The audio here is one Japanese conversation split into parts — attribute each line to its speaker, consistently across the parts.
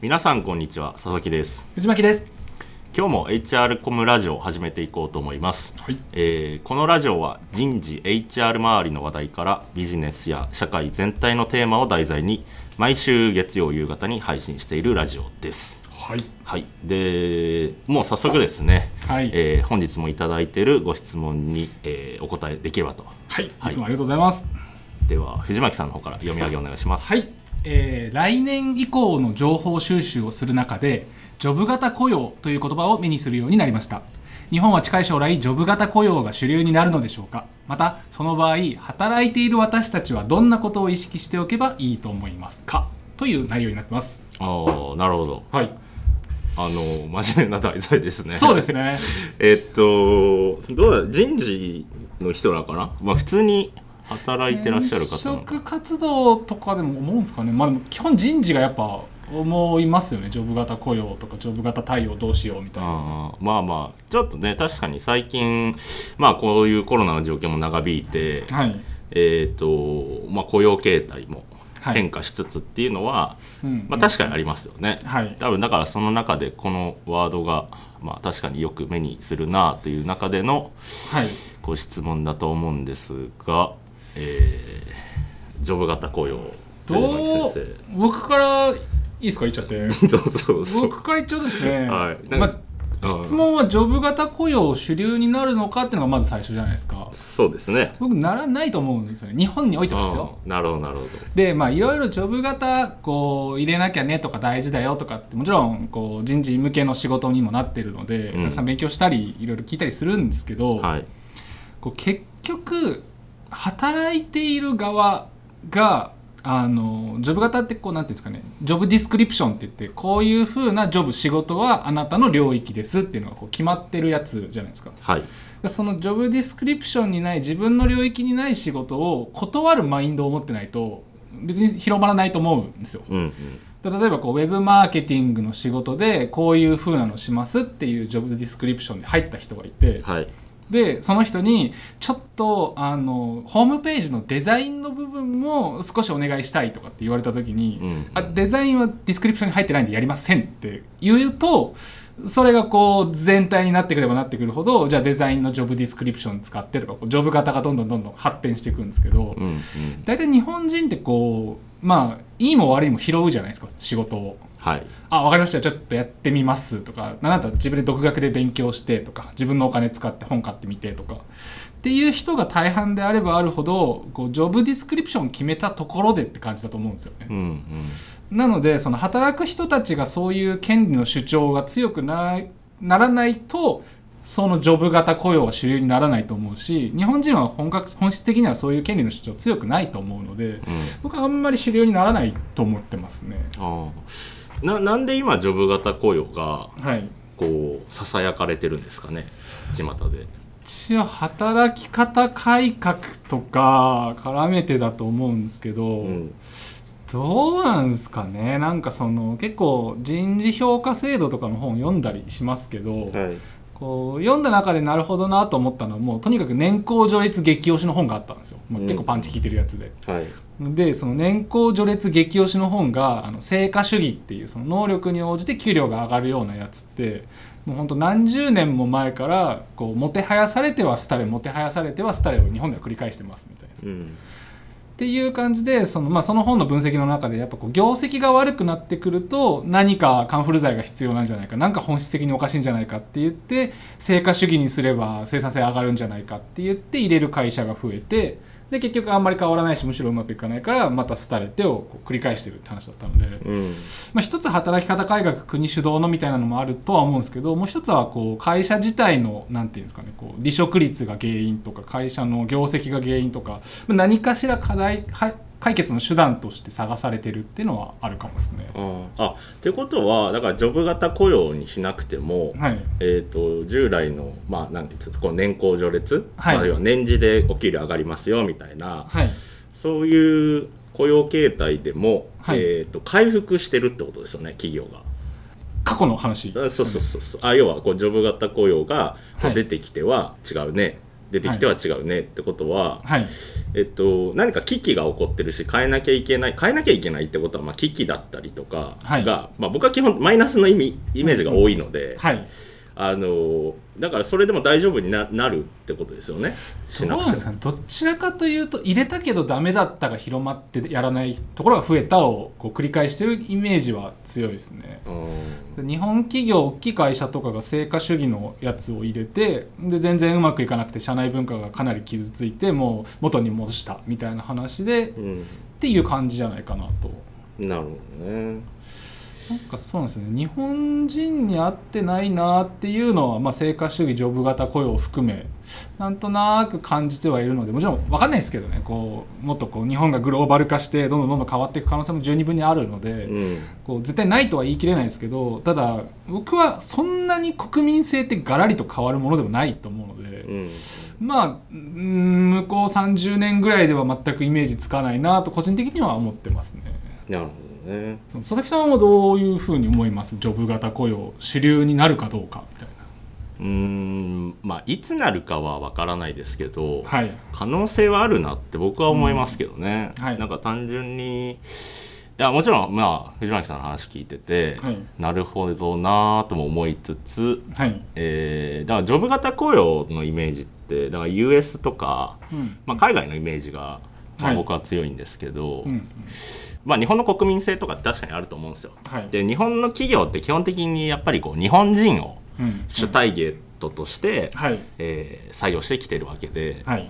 Speaker 1: 皆さんこんにちは佐々木です
Speaker 2: 藤巻です。
Speaker 1: 今日も HR コムラジオを始めていこうと思います、
Speaker 2: はい。
Speaker 1: えーこのラジオは人事 HR 周りの話題からビジネスや社会全体のテーマを題材に毎週月曜夕方に配信しているラジオです
Speaker 2: はい。
Speaker 1: はいでもう早速ですね、
Speaker 2: はい
Speaker 1: えー本日もいただいているご質問に、えーお答えできればと
Speaker 2: はい。い
Speaker 1: はい
Speaker 2: つもありがとうございます。
Speaker 1: では藤巻さんの方から読み上げお願いします、
Speaker 2: はい。えー来年以降の情報収集をする中で、ジョブ型雇用という言葉を目にするようになりました。日本は近い将来、ジョブ型雇用が主流になるのでしょうかまた、その場合、働いている私たちはどんなことを意識しておけばいいと思いますかという内容になってます。
Speaker 1: ああなるほど
Speaker 2: はい。
Speaker 1: あの真面目な題材ですね
Speaker 2: そうですね。
Speaker 1: えっと、どうだ、人事の人らかな、まあ、普通に働いてらっしゃる方なの
Speaker 2: 転職
Speaker 1: か。
Speaker 2: 活動とかでも思うんですかね、まあ、でも基本人事がやっぱ思いますよねジョブ型雇用とかジョブ型対応どうしようみたいな
Speaker 1: あーまあまあ、ちょっとね、確かに最近、まあ、こういうコロナの状況も長引いて、
Speaker 2: はい、
Speaker 1: えっと、まあ、雇用形態も
Speaker 2: はい
Speaker 1: 変化しつつっていうのは、
Speaker 2: うん
Speaker 1: まあ、確かにありますよね。
Speaker 2: はい
Speaker 1: 多分だからその中でこのワードが、まあ、確かによく目にするなという中での
Speaker 2: はい
Speaker 1: ご質問だと思うんですが、えージョブ型雇用
Speaker 2: ど
Speaker 1: 藤巻先
Speaker 2: う僕からいいですか言っち ゃって
Speaker 1: 生どうぞどうぞ
Speaker 2: 僕から言っちゃうとですね、
Speaker 1: はいなんか
Speaker 2: ま
Speaker 1: う
Speaker 2: あ、
Speaker 1: ん
Speaker 2: 質問はジョブ型雇用主流になるのかっていうのがまず最初じゃないですか
Speaker 1: そうですね
Speaker 2: 僕ならないと思うんですよね日本においてはですよ
Speaker 1: うんなるほどなるほど
Speaker 2: でまあいろいろジョブ型こう入れなきゃねとか大事だよとかってもちろんこう人事向けの仕事にもなってるので、
Speaker 1: うん
Speaker 2: たくさん勉強したりいろいろ聞いたりするんですけど、
Speaker 1: はい
Speaker 2: こう結局働いている側があのジョブ型ってこうなんていうんですかねジョブディスクリプションって言ってこういうふうなジョブ仕事はあなたの領域ですっていうのがこう決まってるやつじゃないですか。
Speaker 1: はい
Speaker 2: でそのジョブディスクリプションにない自分の領域にない仕事を断るマインドを持ってないと別に広まらないと思うんですよ。
Speaker 1: うんうん
Speaker 2: で例えばこうウェブマーケティングの仕事でこういう風なのしますっていうジョブディスクリプションに入った人がいて
Speaker 1: はい
Speaker 2: でその人にちょっとあのホームページのデザインの部分も少しお願いしたいとかって言われた時に、
Speaker 1: うん
Speaker 2: あデザインはディスクリプションに入ってないんでやりませんって言うとそれがこう全体になってくればなってくるほどじゃあデザインのジョブディスクリプション使ってとかこうジョブ型がどんどんどんどん発展していくんですけど
Speaker 1: うんうん
Speaker 2: 大体日本人ってこうまあいいも悪いも拾うじゃないですか仕事を。
Speaker 1: はい
Speaker 2: あ分かりましたちょっとやってみますとかあなた自分で独学で勉強してとか自分のお金使って本買ってみてとかっていう人が大半であればあるほどこうジョブディスクリプションを決めたところでって感じだと思うんですよね。
Speaker 1: うんうん
Speaker 2: なのでその働く人たちがそういう権利の主張が強くなならないとそのジョブ型雇用は主流にならないと思うし日本人は本格本質的にはそういう権利の主張強くないと思うので僕はあんまり主流にならないと思ってますね。
Speaker 1: あーななんで今ジョブ型雇用が
Speaker 2: はい、
Speaker 1: こうささやかれてるんですかね巷で
Speaker 2: 一応働き方改革とか絡めてだと思うんですけど、
Speaker 1: うん
Speaker 2: どうなんですかねなんかその結構人事評価制度とかの本を読んだりしますけど、
Speaker 1: はい
Speaker 2: こう読んだ中でなるほどなと思ったのはもうとにかく年功序列激推しの本があったんですよ、まあ
Speaker 1: うん
Speaker 2: 結構パンチ効いてるやつで。
Speaker 1: はい
Speaker 2: でその年功序列激推しの本があの成果主義っていうその能力に応じて給料が上がるようなやつってもうほんと何十年も前からこうもてはやされては廃れもてはやされては廃れを日本では繰り返してますみたいな。
Speaker 1: うん
Speaker 2: っていう感じでその,、まあ、その本の分析の中でやっぱこう業績が悪くなってくると何かカンフル剤が必要なんじゃないか何か本質的におかしいんじゃないかって言って成果主義にすれば生産性上がるんじゃないかって言って入れる会社が増えてで結局あんまり変わらないしむしろうまくいかないからまた廃れてをこう繰り返してるって話だったので、
Speaker 1: うん
Speaker 2: まあ、一つ働き方改革国主導のみたいなのもあるとは思うんですけどもう一つはこう会社自体のなんていうんですかねこう離職率が原因とか会社の業績が原因とかまあ何かしら課題は解決の手段として探されてるっていうのはあるかもですね。
Speaker 1: あーあってことはだからジョブ型雇用にしなくても、
Speaker 2: はい、
Speaker 1: えー、と従来の、まあ、なんていうんですかこう年功序列、
Speaker 2: はい
Speaker 1: まあ、要は年次でお給料上がりますよみたいな
Speaker 2: はい
Speaker 1: そういう雇用形態でも、
Speaker 2: はい
Speaker 1: えー、と回復してるってことですよね企業が。
Speaker 2: 過去の話
Speaker 1: あそうそうそうそうあ要はこうジョブ型雇用がこう
Speaker 2: はい
Speaker 1: 出てきては違うね、出てきては違うねってことは、
Speaker 2: はい
Speaker 1: えっと、何か危機が起こってるし変えなきゃいけない変えなきゃいけないってことは、まあ、危機だったりとかが、
Speaker 2: はい
Speaker 1: まあ、僕は基本マイナスの意味イメージが多いので、
Speaker 2: はい
Speaker 1: あのだからそれでも大丈夫にななるってことですよねしな
Speaker 2: どう
Speaker 1: く
Speaker 2: なんで
Speaker 1: て
Speaker 2: す
Speaker 1: も
Speaker 2: かねどちらかというと入れたけどダメだったが広まってやらないところが増えたをこう繰り返してるイメージは強いですね
Speaker 1: うん
Speaker 2: 日本企業大きい会社とかが成果主義のやつを入れてで全然うまくいかなくて社内文化がかなり傷ついてもう元に戻したみたいな話でっ
Speaker 1: うん
Speaker 2: ていう感じじゃないかなと
Speaker 1: なるほどね
Speaker 2: なんかそうなんですよね日本人に合ってないなっていうのは、まあ、成果主義ジョブ型雇用を含めなんとなく感じてはいるのでもちろん分かんないですけどねこうもっとこう日本がグローバル化してどんどんどんどん変わっていく可能性も十二分にあるので、
Speaker 1: うん
Speaker 2: こう絶対ないとは言い切れないですけどただ僕はそんなに国民性ってガラリと変わるものでもないと思うので、
Speaker 1: うん
Speaker 2: まあうん向こう30年ぐらいでは全くイメージつかないなと個人的には思ってますね。
Speaker 1: なるほどね
Speaker 2: その佐々木さんはどういうふうに思いますジョブ型雇用主流になるかどうかみたいう
Speaker 1: ーんまあいつなるかは分からないですけど、
Speaker 2: なはい
Speaker 1: 可能性はあるなって僕は思いますけどね、
Speaker 2: うんはい
Speaker 1: なんか単純にいやもちろんまあ藤巻さんの話聞いてて、
Speaker 2: はい
Speaker 1: なるほどなーとも思いつつ、
Speaker 2: はい、
Speaker 1: えーだからジョブ型雇用のイメージってだから US とか、
Speaker 2: うん
Speaker 1: まあ、海外のイメージが、まあ
Speaker 2: はい
Speaker 1: 僕は強いんですけど、
Speaker 2: うん、
Speaker 1: まあ、日本の国民性とかって確かにあると思うんですよ。
Speaker 2: はい
Speaker 1: で日本の企業って基本的にやっぱりこう日本人を
Speaker 2: うん、
Speaker 1: 主体ゲートとして、
Speaker 2: はい
Speaker 1: えー採用してきてるわけで、
Speaker 2: はい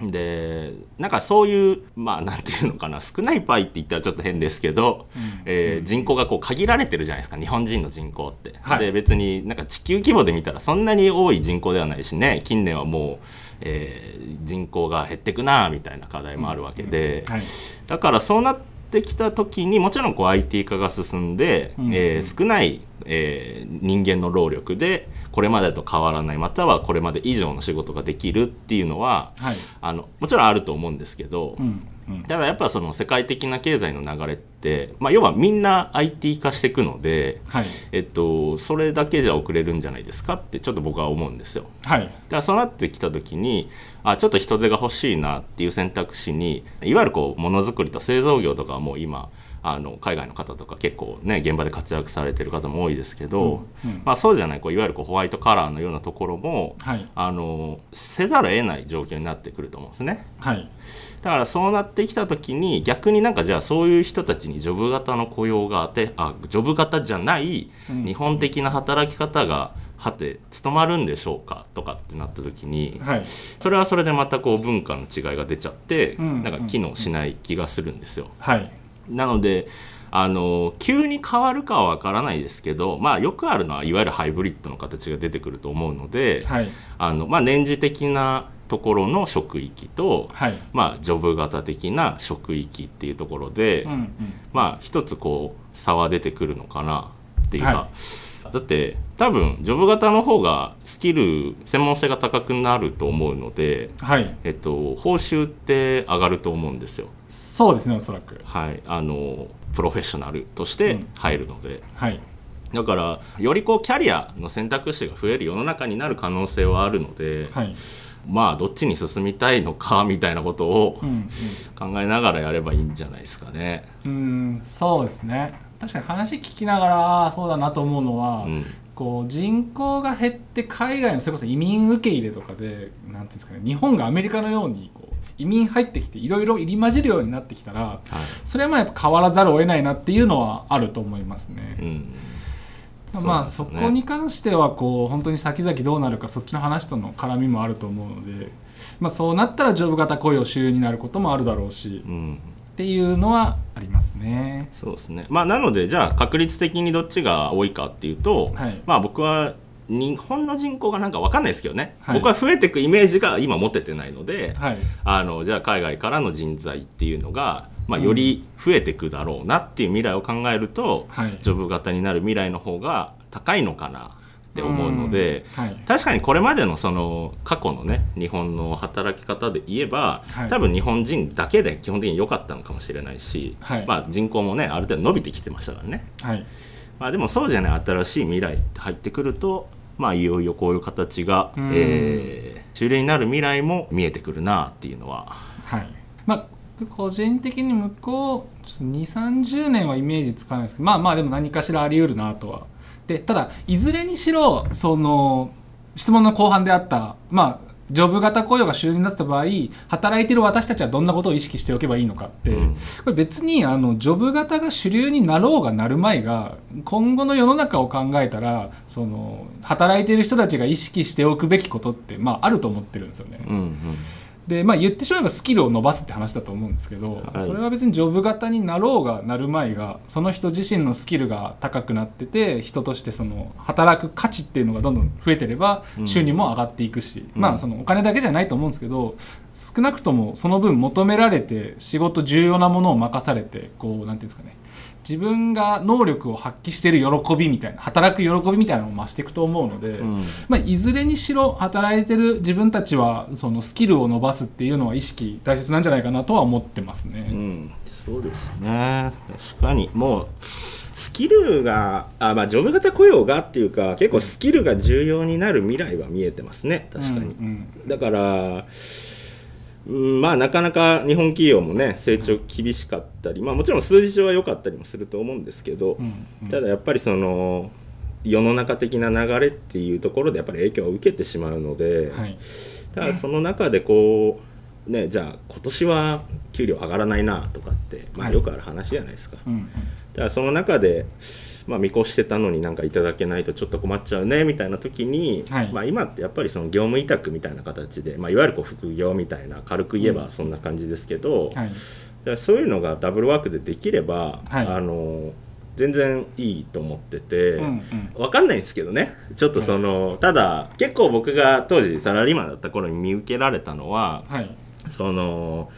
Speaker 1: でなんかそういうまあなんていうのかな少ないパイって言ったらちょっと変ですけど、
Speaker 2: うん
Speaker 1: えー人口がこう限られてるじゃないですか日本人の人口って。
Speaker 2: はい
Speaker 1: で別になんか地球規模で見たらそんなに多い人口ではないしね近年はもう。えー人口が減ってくなみたいな課題もあるわけで、
Speaker 2: はい
Speaker 1: だからそうなってきた時にもちろんこう IT 化が進んで、
Speaker 2: うん
Speaker 1: えー少ない、えー人間の労力でこれまでと変わらないまたはこれまで以上の仕事ができるっていうのは
Speaker 2: はい
Speaker 1: あのもちろんあると思うんですけど、
Speaker 2: うんうん
Speaker 1: だからやっぱその世界的な経済の流れって、まあ、要はみんな IT 化していくので、
Speaker 2: はい
Speaker 1: えっと、それだけじゃ遅れるんじゃないですかってちょっと僕は思うんですよ。
Speaker 2: はい
Speaker 1: だからそうなってきた時にあちょっと人手が欲しいなっていう選択肢にいわゆるこうものづくりと製造業とかはもう今あの海外の方とか結構ね現場で活躍されてる方も多いですけど、
Speaker 2: うんうん
Speaker 1: まあ、そうじゃないこういわゆるこうホワイトカラーのようなところも
Speaker 2: はい
Speaker 1: あのせざるを得ない状況になってくると思うんですね。
Speaker 2: はい
Speaker 1: だからそうなってきた時に逆になんかじゃあそういう人たちにジョブ型の雇用があてあジョブ型じゃない
Speaker 2: うん
Speaker 1: 日本的な働き方がはて務まるんでしょうかとかってなった時に
Speaker 2: はい
Speaker 1: それはそれでまたこう文化の違いが出ちゃって
Speaker 2: うん
Speaker 1: なんか機能しない気がするんですよ。
Speaker 2: はい
Speaker 1: なのであの急に変わるかは分からないですけど、まあ、よくあるのはいわゆるハイブリッドの形が出てくると思うので
Speaker 2: はい
Speaker 1: あの、まあ、年次的なところの職域と
Speaker 2: はい
Speaker 1: まあ、ジョブ型的な職域っていうところで、
Speaker 2: うんうん
Speaker 1: まあ一つこう差は出てくるのかなっていうか、
Speaker 2: は
Speaker 1: だって多分ジョブ型の方がスキル専門性が高くなると思うので、
Speaker 2: はい
Speaker 1: えっと、報酬って上がると思うんですよ、
Speaker 2: そうですねおそらく
Speaker 1: はい、あのプロフェッショナルとして入るので、
Speaker 2: はい
Speaker 1: だからよりこうキャリアの選択肢が増える世の中になる可能性はあるので、
Speaker 2: はい
Speaker 1: まあどっちに進みたいのかみたいなことを
Speaker 2: うんうん
Speaker 1: 考えながらやればいいんじゃないですかね。
Speaker 2: うーんそうですね確かに話聞きながらあーそうだなと思うのは、
Speaker 1: うん
Speaker 2: こう人口が減って海外のそれこそ移民受け入れとかでなんていうんですかね日本がアメリカのようにこう移民入ってきていろいろ入り混じるようになってきたら
Speaker 1: は
Speaker 2: それはまあやっぱ変わらざるを得ないなっていうのはあると思いますね
Speaker 1: い。うん
Speaker 2: まあ
Speaker 1: そ
Speaker 2: そう
Speaker 1: ですね
Speaker 2: こに関してはこう本当に先々どうなるかそっちの話との絡みもあると思うので、まあ、そうなったらジョブ型雇用主流になることもあるだろうし
Speaker 1: うん
Speaker 2: っていうのはありますね。
Speaker 1: そうですねまあなのでじゃあ確率的にどっちが多いかっていうと、
Speaker 2: はい
Speaker 1: まあ僕は日本の人口がなんかわかんないですけどね、
Speaker 2: はい
Speaker 1: 僕は増えていくイメージが今持ててないので、
Speaker 2: はい、
Speaker 1: あのじゃあ海外からの人材っていうのが、まあ、より増えていくだろうなっていう未来を考えると、
Speaker 2: はい
Speaker 1: ジョブ型になる未来の方が高いのかなって思うので、
Speaker 2: うんはい
Speaker 1: 確かにこれまでのその過去のね日本の働き方で言えば、
Speaker 2: はい
Speaker 1: 多分日本人だけで基本的に良かったのかもしれないし、
Speaker 2: はい
Speaker 1: まあ、人口もねある程度伸びてきてましたからね、
Speaker 2: はい
Speaker 1: まあ、でもそうじゃない新しい未来って入ってくると、まあ、いよいよこういう形が、
Speaker 2: うん
Speaker 1: え主流になる未来も見えてくるなっていうのは
Speaker 2: はいまあ個人的に向こう2 3 0年はイメージつかないですけどまあまあでも何かしらあり得るなとはでただいずれにしろその質問の後半であったまあジョブ型雇用が主流になってた場合働いてる私たちはどんなことを意識しておけばいいのかって、
Speaker 1: うん
Speaker 2: これ別にあのジョブ型が主流になろうがなるまいが今後の世の中を考えたらその働いてる人たちが意識しておくべきことって、まあ、あると思ってるんですよね。
Speaker 1: うんうん
Speaker 2: でまあ、言ってしまえばスキルを伸ばすって話だと思うんですけど、
Speaker 1: はい
Speaker 2: それは別にジョブ型になろうがなるまいがその人自身のスキルが高くなってて人としてその働く価値っていうのがどんどん増えてれば
Speaker 1: うん
Speaker 2: 収入も上がっていくし、
Speaker 1: うん
Speaker 2: まあそのお金だけじゃないと思うんですけど少なくともその分求められて仕事重要なものを任されてこうなんていうんですかね自分が能力を発揮してる喜びみたいな働く喜びみたいなのも増していくと思うので。
Speaker 1: うん
Speaker 2: まあ、いずれにしろ働いてる自分たちはそのスキルを伸ばすっていうのは意識大切なんじゃないかなとは思ってます
Speaker 1: う
Speaker 2: ね。
Speaker 1: ん、そうですね確かにもうスキルがあ、まあ、ジョブ型雇用がっていうか結構スキルが重要になる未来は見えてますね確かに、
Speaker 2: うん
Speaker 1: だからうんまあなかなか日本企業もね成長厳しかったり、まあ、もちろん数字上は良かったりもすると思うんですけど、
Speaker 2: うんうんうん
Speaker 1: ただやっぱりその世の中的な流れっていうところでやっぱり影響を受けてしまうので、
Speaker 2: はい
Speaker 1: ただその中でこうねじゃあ今年は給料上がらないなとかって、まあ、
Speaker 2: はい
Speaker 1: よくある話じゃないですか、
Speaker 2: うんうん
Speaker 1: ただその中で、まあ、見越してたのになんかいただけないとちょっと困っちゃうねみたいな時に、
Speaker 2: はい
Speaker 1: まあ、今ってやっぱりその業務委託みたいな形で、まあ、いわゆるこう副業みたいな軽く言えばそんな感じですけど、
Speaker 2: はい
Speaker 1: だからそういうのがダブルワークでできれば、
Speaker 2: はい
Speaker 1: あの全然いいと思ってて。
Speaker 2: うんうん
Speaker 1: わかんないんですけどねちょっとその、ただ結構僕が当時サラリーマンだった頃に見受けられたのは
Speaker 2: はい
Speaker 1: その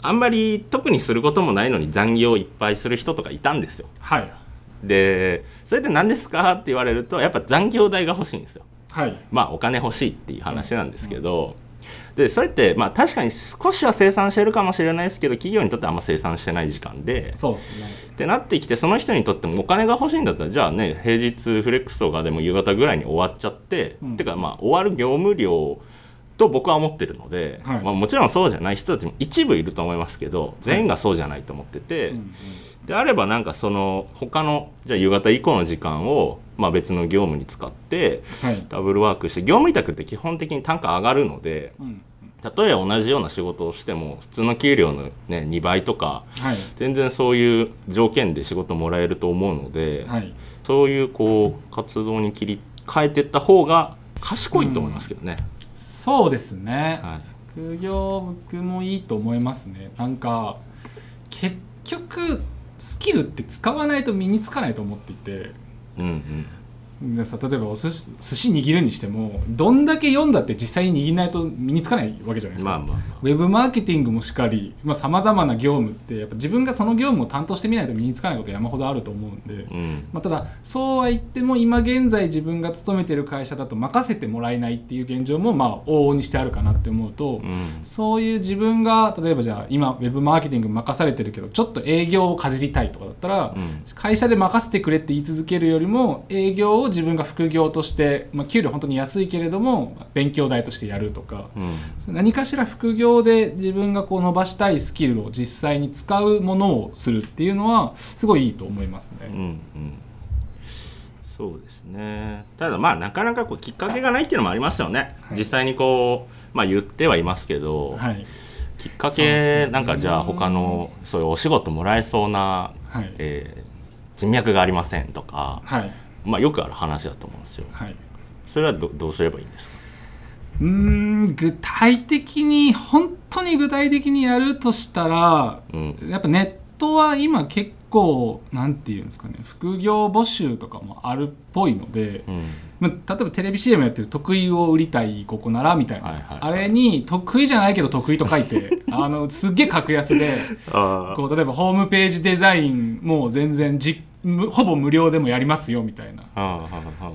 Speaker 1: あんまり特にすることもないのに残業いっぱいする人とかいたんですよ
Speaker 2: はい
Speaker 1: でそれで何ですかって言われるとやっぱ残業代が欲しいんですよ
Speaker 2: はい
Speaker 1: まあお金欲しいっていう話なんですけど、でそれってまあ確かに少しは生産してるかもしれないですけど企業にとってあんま生産してない時間で
Speaker 2: そうですね。
Speaker 1: ってなってきてその人にとってもお金が欲しいんだったらじゃあね平日フレックスとかでも夕方ぐらいに終わっちゃって、
Speaker 2: うん
Speaker 1: てかまあ終わる業務量と僕は思ってるので、
Speaker 2: はい
Speaker 1: まあ、もちろんそうじゃない人たちも一部いると思いますけど全員がそうじゃないと思ってて、
Speaker 2: うんうん
Speaker 1: であればなんかその他のじゃあ夕方以降の時間を、まあ、別の業務に使って
Speaker 2: はい
Speaker 1: ダブルワークして業務委託って基本的に単価上がるので
Speaker 2: うん
Speaker 1: 例えば同じような仕事をしても普通の給料の、ね、2倍とか
Speaker 2: はい
Speaker 1: 全然そういう条件で仕事もらえると思うので、
Speaker 2: はい
Speaker 1: そういうこう活動に切り替えていった方が賢いと思いますけどね。
Speaker 2: そうですね。
Speaker 1: はい
Speaker 2: 副業僕もいいと思いますねなんか結局スキルって使わないと身につかないと思っていて
Speaker 1: うんうん
Speaker 2: でさ例えばお寿司寿司握るにしてもどんだけ読んだって実際に握らないと身につかないわけじゃないですか、
Speaker 1: まあまあま
Speaker 2: ウェブマーケティングもしかりさまざ、まな業務ってやっぱ自分がその業務を担当してみないと身につかないこと山ほどあると思うんで
Speaker 1: あ、うん
Speaker 2: まあ、ただそうは言っても今現在自分が勤めてる会社だと任せてもらえないっていう現状もまあ往々にしてあるかなって思うと、
Speaker 1: うん
Speaker 2: そういう自分が例えばじゃあ今ウェブマーケティング任されてるけどちょっと営業をかじりたいとかだったら、
Speaker 1: うん
Speaker 2: 会社で任せてくれって言い続けるよりも営業を自分が副業として、まあ、給料本当に安いけれども勉強代としてやるとか
Speaker 1: うん
Speaker 2: 何かしら副業で自分がこう伸ばしたいスキルを実際に使うものをするっていうのはすごいいいと思います
Speaker 1: う
Speaker 2: ね。
Speaker 1: んうんそうですねただまあなかなかこうきっかけがないっていうのもありますよね、
Speaker 2: はい
Speaker 1: 実際にこう、まあ、言ってはいますけど、
Speaker 2: はい、
Speaker 1: きっか
Speaker 2: そうで
Speaker 1: け
Speaker 2: すね
Speaker 1: なんかじゃあ他のそういうお仕事もらえそうな
Speaker 2: はい、
Speaker 1: えー人脈がありませんとか、
Speaker 2: はい、
Speaker 1: まあ、よくある話だと思うんですよ。
Speaker 2: はい
Speaker 1: それはどどうすればいいんですか、
Speaker 2: うーん具体的に本当に具体的にやるとしたら
Speaker 1: うん
Speaker 2: やっぱネットは今結構なんていうんですかね副業募集とかもあるっぽいので、
Speaker 1: うん
Speaker 2: まあ、例えばテレビ CM やってる得意を売りたいここならみたいな、
Speaker 1: はいはいはい
Speaker 2: あれに得意じゃないけど得意と書 いてあのすっげえ格安で
Speaker 1: あ
Speaker 2: こう例えばホームページデザインもう全然じむほぼ無料でもやりますよみたいなっ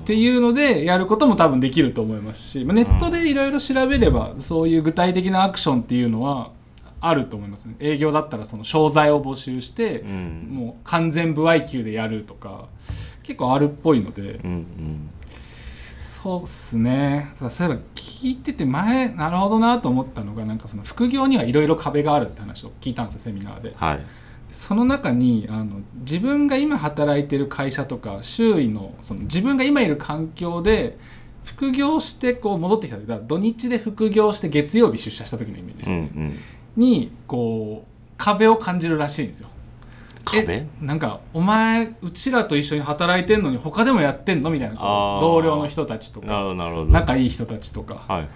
Speaker 1: って
Speaker 2: いうのでやることも多分できると思いますし、まあ、ネットでいろいろ調べればそういう具体的なアクションっていうのはあると思いますね営業だったらその商材を募集して、
Speaker 1: うん
Speaker 2: もう完全不合級でやるとか結構あるっぽいので、
Speaker 1: うんうん
Speaker 2: そうっすねただそういえば企聞いてて前なるほどなと思ったのがなんかその副業にはいろいろ壁があるって話を聞いたんですよセミナーで
Speaker 1: はい
Speaker 2: その中にあの自分が今働いてる会社とか周囲のその自分が今いる環境で副業してこう戻ってきた時だから土日で副業して月曜日出社した時のイメージです
Speaker 1: うんう
Speaker 2: ね、
Speaker 1: ん
Speaker 2: にこう壁を感じるらしいんですよ
Speaker 1: 壁
Speaker 2: えなんかお前うちらと一緒に働いてんのに他でもやってんのみたいなこう
Speaker 1: あー
Speaker 2: 同僚の人たちと
Speaker 1: なるほ
Speaker 2: か
Speaker 1: どなるほど
Speaker 2: 仲いい人たちとかだか
Speaker 1: はいはい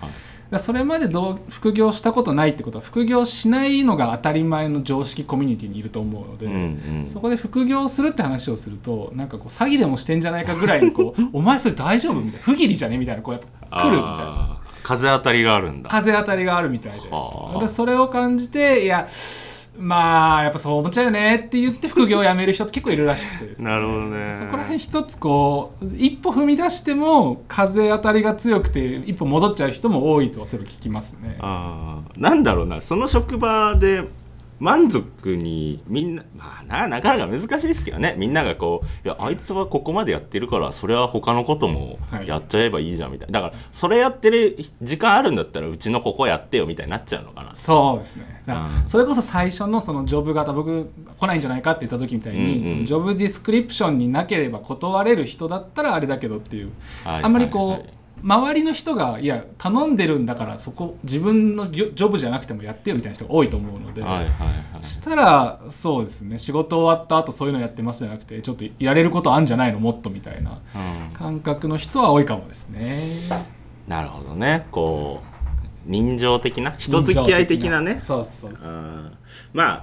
Speaker 2: らそれまで同副業したことないってことは副業しないのが当たり前の常識コミュニティにいると思うので、
Speaker 1: うんうん
Speaker 2: そこで副業するって話をするとなんかこう詐欺でもしてんじゃないかぐらいにこう「お前それ大丈夫?」みたいな「不義理じゃね?」みたいなこうやっぱ来るみたいな。
Speaker 1: あー風当たりがあるんだ
Speaker 2: 風当たりがあるみたいで
Speaker 1: はあ
Speaker 2: でそれを感じていやまあやっぱそう思っちゃうよねって言って副業を辞める人って結構いるらしくてですね
Speaker 1: なるほどね
Speaker 2: そこら辺一つこう一歩踏み出しても風当たりが強くて一歩戻っちゃう人も多いとそれを聞きますね
Speaker 1: あーなんだろうなその職場で満足にみんなまあななかなか難しいですけどねみんながこういやあいつはここまでやってるからそれは他のことも
Speaker 2: はい
Speaker 1: やっちゃえばいいじゃんみたいな、だからそれやってる時間あるんだったらうちのここやってよみたいになっちゃうのかな
Speaker 2: そうですねだから
Speaker 1: うん
Speaker 2: それこそ最初のそのジョブ型僕来ないんじゃないかって言った時みたい
Speaker 1: うん
Speaker 2: に、
Speaker 1: うん
Speaker 2: そのジョブディスクリプションになければ断れる人だったらあれだけどっていう
Speaker 1: はい
Speaker 2: あんまりこう、
Speaker 1: はいはい
Speaker 2: 周りの人がいや頼んでるんだからそこ自分のジョジョブじゃなくてもやってよみたいな人が多いと思うので、
Speaker 1: はいはいはい
Speaker 2: したらそうですね仕事終わった後そういうのやってますじゃなくてちょっとやれることあんじゃないのもっとみたいな
Speaker 1: うん
Speaker 2: 感覚の人は多いかもですね。
Speaker 1: なるほどねこう人情的な人付き合い的なね
Speaker 2: そうそうそう
Speaker 1: うんまあ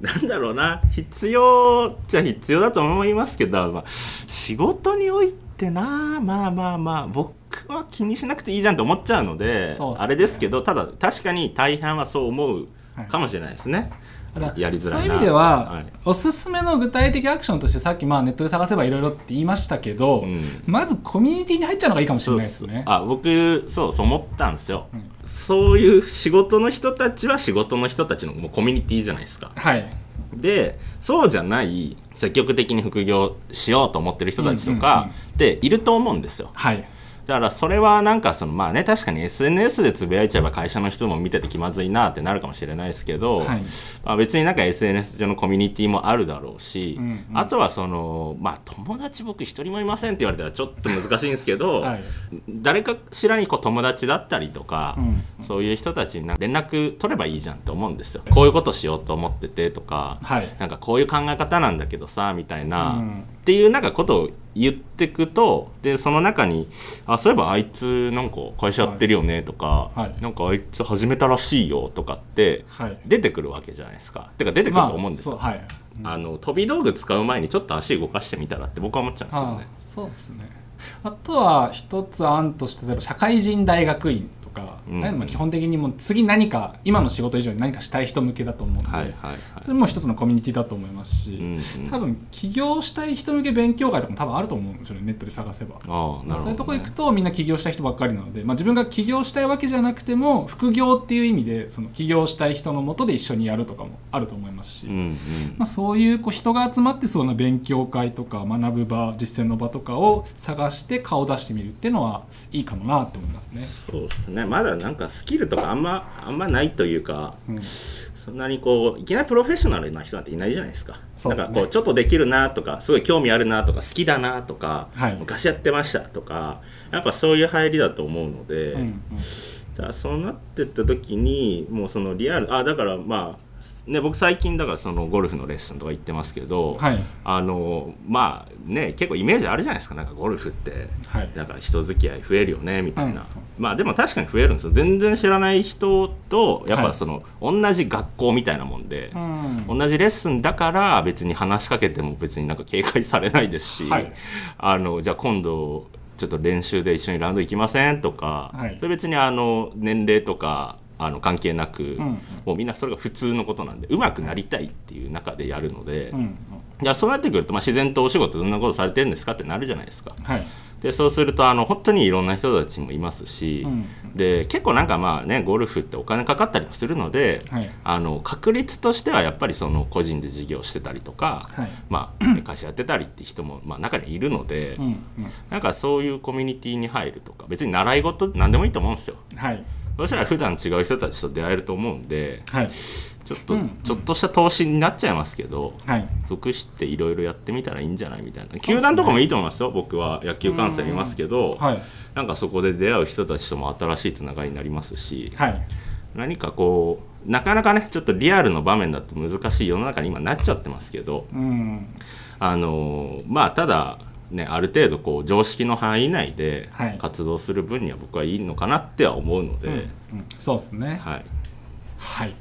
Speaker 1: なんだろうな必要じゃ必要だと思いますけど、まあ、仕事においてなまあまあまあ僕は気にしなくていいじゃんと思っちゃうので
Speaker 2: そうっすね
Speaker 1: あれですけどただ確かに大半はそう思うかもしれないですね、
Speaker 2: だから
Speaker 1: やりづらいな
Speaker 2: そういう意味では、
Speaker 1: はい
Speaker 2: おすすめの具体的アクションとしてさっきまあネットで探せばいろいろって言いましたけど、
Speaker 1: うん
Speaker 2: まずコミュニティに入っちゃうのがいいかもしれないです
Speaker 1: そう
Speaker 2: ね。
Speaker 1: そうあ僕そうそう思ったんですよ、
Speaker 2: うん
Speaker 1: そういう仕事の人たちは仕事の人たちのもうコミュニティじゃないですか
Speaker 2: はい、
Speaker 1: でそうじゃない積極的に副業しようと思ってる人たちとかっていると思うんですよ
Speaker 2: はい、
Speaker 1: だからそれはなんかそのまあね確かに SNS でつぶやいちゃえば会社の人も見てて気まずいなってなるかもしれないですけど、
Speaker 2: はい
Speaker 1: まあ、別になんか SNS 上のコミュニティもあるだろうし、
Speaker 2: うんうん
Speaker 1: あとはそのまあ友達僕一人もいませんって言われたらちょっと難しいんですけど、
Speaker 2: はい
Speaker 1: 誰かしらにこう友達だったりとか、
Speaker 2: うん
Speaker 1: そういう人たちになんか連絡取ればいいじゃんって思うんですよこういうことしようと思っててとか、
Speaker 2: はい
Speaker 1: なんかこういう考え方なんだけどさみたいな、
Speaker 2: うん
Speaker 1: っていうなんかことを言ってくとでその中にあそういえばあいつなんか会社やってるよねとか、
Speaker 2: はいはい
Speaker 1: なんかあいつ始めたらしいよとかって
Speaker 2: はい、
Speaker 1: 出てくるわけじゃないですかてか出てくると思うんですよ、
Speaker 2: まあ、そうはい
Speaker 1: あ、の飛び道具使う前にちょっと足動かしてみたらって僕は思っちゃうんですよ
Speaker 2: あ
Speaker 1: ね
Speaker 2: あそうですねあとは一つ案として例えば社会人大学院とか、
Speaker 1: うん
Speaker 2: ああいうのも基本的にもう次何か今の仕事以上に何かしたい人向けだと思うので、
Speaker 1: はいはいはい
Speaker 2: それも一つのコミュニティだと思いますし、
Speaker 1: うんうん
Speaker 2: 多分起業したい人向け勉強会とかも多分あると思うんですよねネットで探せば。
Speaker 1: ああなるほどね、
Speaker 2: そういうとこ行くとみんな起業した人ばっかりなので、まあ、自分が起業したいわけじゃなくても副業っていう意味でその起業したい人のもとで一緒にやるとかもあると思いますし、
Speaker 1: うんうん
Speaker 2: まあ、そういうこう人が集まってそうな勉強会とか学ぶ場実践の場とかを探して顔を出してみるっていうのはいいかもなって思いますね。
Speaker 1: そうですねまだなんかスキルとかあんまあんまないというか
Speaker 2: うん
Speaker 1: そんなにこういきなりプロフェッショナルな人なんていないじゃないですか
Speaker 2: そうですね
Speaker 1: だからこうちょっとできるなとかすごい興味あるなとか好きだなとか、
Speaker 2: はい
Speaker 1: 昔やってましたとかやっぱそういう入りだと思うので、
Speaker 2: うんうん
Speaker 1: だからそうなってった時にもうそのリアルあだからまあね僕最近だからそのゴルフのレッスンとか行ってますけど、
Speaker 2: はい
Speaker 1: あのまあね結構イメージあるじゃないですかなんかゴルフって
Speaker 2: はい
Speaker 1: なんか人付き合い増えるよねみたいな、
Speaker 2: うん
Speaker 1: まあでも確かに増えるんですよ全然知らない人とやっ
Speaker 2: は
Speaker 1: ぱ
Speaker 2: い
Speaker 1: その、同じ学校みたいなもんで
Speaker 2: う、ん
Speaker 1: 同じレッスンだから別に話しかけても別になんか警戒されないですし、
Speaker 2: はい
Speaker 1: あのじゃあ今度ちょっと練習で一緒にラウンド行きませんとか、
Speaker 2: はい
Speaker 1: それ別にあの年齢とかあの関係なく、
Speaker 2: んうん
Speaker 1: もうみんなそれが普通のことなんで上手くなりたいっていう中でやるので、
Speaker 2: うん
Speaker 1: いやそうなってくると、まあ、自然とお仕事どんなことされてるんですかってなるじゃないですか。
Speaker 2: はい
Speaker 1: でそうするとあの本当にいろんな人たちもいますし、
Speaker 2: うん
Speaker 1: で結構なんかまあねゴルフってお金かかったりもするので、
Speaker 2: はい
Speaker 1: あの確率としてはやっぱりその個人で事業してたりとか、
Speaker 2: はい
Speaker 1: まあ、会社やってたりって人もまあ中にいるので、
Speaker 2: うん
Speaker 1: なんかそういうコミュニティに入るとか別に習い事って何でもいいと思うんですよ。
Speaker 2: うん、はい
Speaker 1: そしたら普段違う人たちと出会えると思うんで
Speaker 2: はい
Speaker 1: ちょっと、
Speaker 2: うん
Speaker 1: ちょっとした投資になっちゃいますけど
Speaker 2: はい
Speaker 1: 属していろいろやってみたらいいんじゃないみたいな、
Speaker 2: ね
Speaker 1: 球団とかもいいと思いますよ僕は野球観戦いますけど、
Speaker 2: はい
Speaker 1: なんかそこで出会う人たちとも新しいつながりになりますし
Speaker 2: はい
Speaker 1: 何かこうなかなかねちょっとリアルの場面だと難しい世の中に今なっちゃってますけど
Speaker 2: うん
Speaker 1: あのーまあただねある程度こう常識の範囲内で
Speaker 2: はい
Speaker 1: 活動する分には僕はいいのかなっては思うので、
Speaker 2: うんうんそうですね
Speaker 1: はい、
Speaker 2: はい、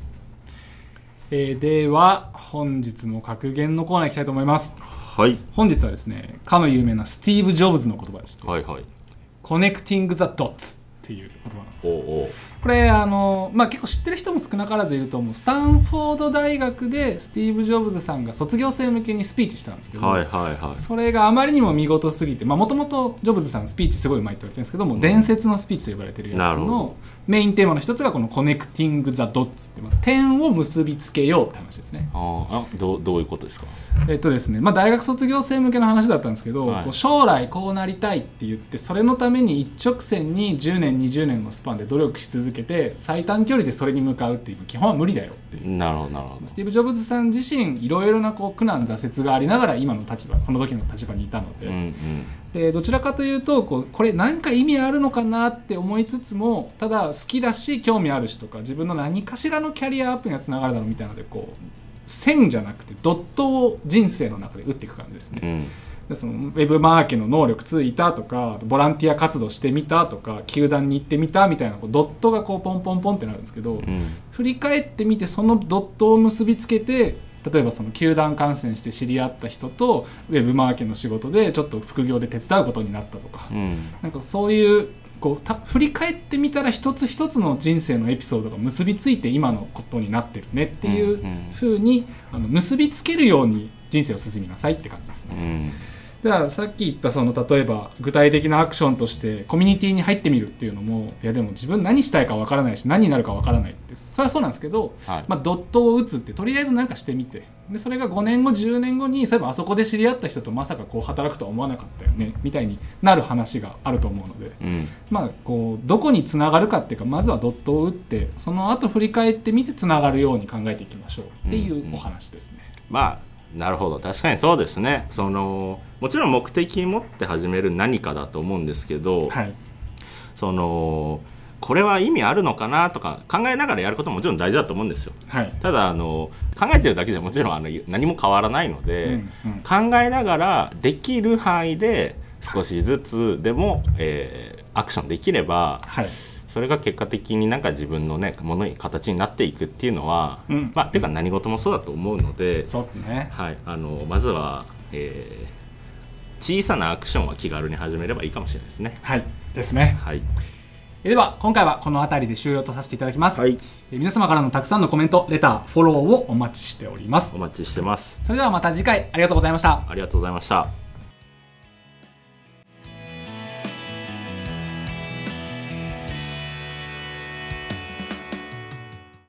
Speaker 2: えーでは本日も格言のコーナーいきたいと思います
Speaker 1: はい、
Speaker 2: 本日はですねかの有名なスティーブ・ジョブズの言葉でした
Speaker 1: はいはい
Speaker 2: コネクティング・ザ・ドッツっていう言葉なんです
Speaker 1: おうおう
Speaker 2: これあの、まあ、結構知ってる人も少なからずいると思うスタンフォード大学でスティーブ・ジョブズさんが卒業生向けにスピーチしたんですけど、
Speaker 1: はいはいはい
Speaker 2: それがあまりにも見事すぎてもともとジョブズさんスピーチすごいうまいって言われてるんですけども、伝説のスピーチと呼ばれてるや
Speaker 1: な
Speaker 2: つ
Speaker 1: るほ
Speaker 2: の
Speaker 1: ど
Speaker 2: メインテーマの一つがこの「コネクティング・ザ・ドッツ」って、まあ、点を結びつけようって話ですね。
Speaker 1: あーあどうどういうことですか
Speaker 2: えっとですねまあ、大学卒業生向けの話だったんですけど、
Speaker 1: はい
Speaker 2: こう将来こうなりたいって言ってそれのために一直線に10年20年のスパンで努力し続けて最短距離でそれに向かうっていう基本は無理だよっていう
Speaker 1: なるほどなるほど
Speaker 2: スティーブ・ジョブズさん自身いろいろなこう苦難挫折がありながら今の立場その時の立場にいたので,、
Speaker 1: うんうん
Speaker 2: でどちらかというとこうこれ何か意味あるのかなって思いつつもただ好きだし興味あるしとか自分の何かしらのキャリアアップにはつながるだろうみたいなのでこう線じゃなくてドットを人生の中で打っていく感じですね。
Speaker 1: うん
Speaker 2: でそのウェブマーケの能力ついたとかあとボランティア活動してみたとか球団に行ってみたみたいなこうドットがこうポンポンポンってなるんですけど、
Speaker 1: うん
Speaker 2: 振り返ってみてそのドットを結びつけて例えばその球団観戦して知り合った人とウェブマーケの仕事でちょっと副業で手伝うことになったとか、
Speaker 1: うん
Speaker 2: なんかそういうこうた振り返ってみたら一つ一つの人生のエピソードが結びついて今のことになってるねっていうん
Speaker 1: うん
Speaker 2: ふうに、あの結びつけるように人生を進みなさいって感じです
Speaker 1: う
Speaker 2: ね。
Speaker 1: ん
Speaker 2: だからさっき言ったその例えば具体的なアクションとしてコミュニティに入ってみるっていうのもいやでも自分何したいかわからないし何になるかわからないってそれはそうなんですけど、
Speaker 1: はい
Speaker 2: まあ、ドットを打つってとりあえずなんかしてみてでそれが5年後10年後にそういえばあそこで知り合った人とまさかこう働くとは思わなかったよねみたいになる話があると思うので、
Speaker 1: うん
Speaker 2: まあ、こうどこにつながるかっていうかまずはドットを打ってその後振り返ってみてつながるように考えていきましょうっていうお話ですね。
Speaker 1: まあなるほど確かにそうですねそのもちろん目的持って始める何かだと思うんですけど、
Speaker 2: はい、
Speaker 1: そのこれは意味あるのかなとか考えながらやることももちろん大事だと思うんですよ
Speaker 2: はい
Speaker 1: ただあの考えてるだけじゃもちろんあの何も変わらないので、
Speaker 2: うんうん
Speaker 1: 考えながらできる範囲で少しずつでも、えーアクションできれば
Speaker 2: はい
Speaker 1: それが結果的になんか自分のねものに形になっていくっていうのは、
Speaker 2: うん
Speaker 1: まあていうか何事もそうだと思うので、
Speaker 2: そうですね。
Speaker 1: はい、あのまずは、えー小さなアクションは気軽に始めればいいかもしれないですね。
Speaker 2: はい。ですね。
Speaker 1: はい、
Speaker 2: では、今回はこの辺りで終了とさせていただきます。
Speaker 1: はい、
Speaker 2: えー皆様からのたくさんのコメント、レター、フォローをお待ちしております
Speaker 1: お。待ちしてます。
Speaker 2: それではまた次回ありがとうございました。
Speaker 1: ありがとうございました。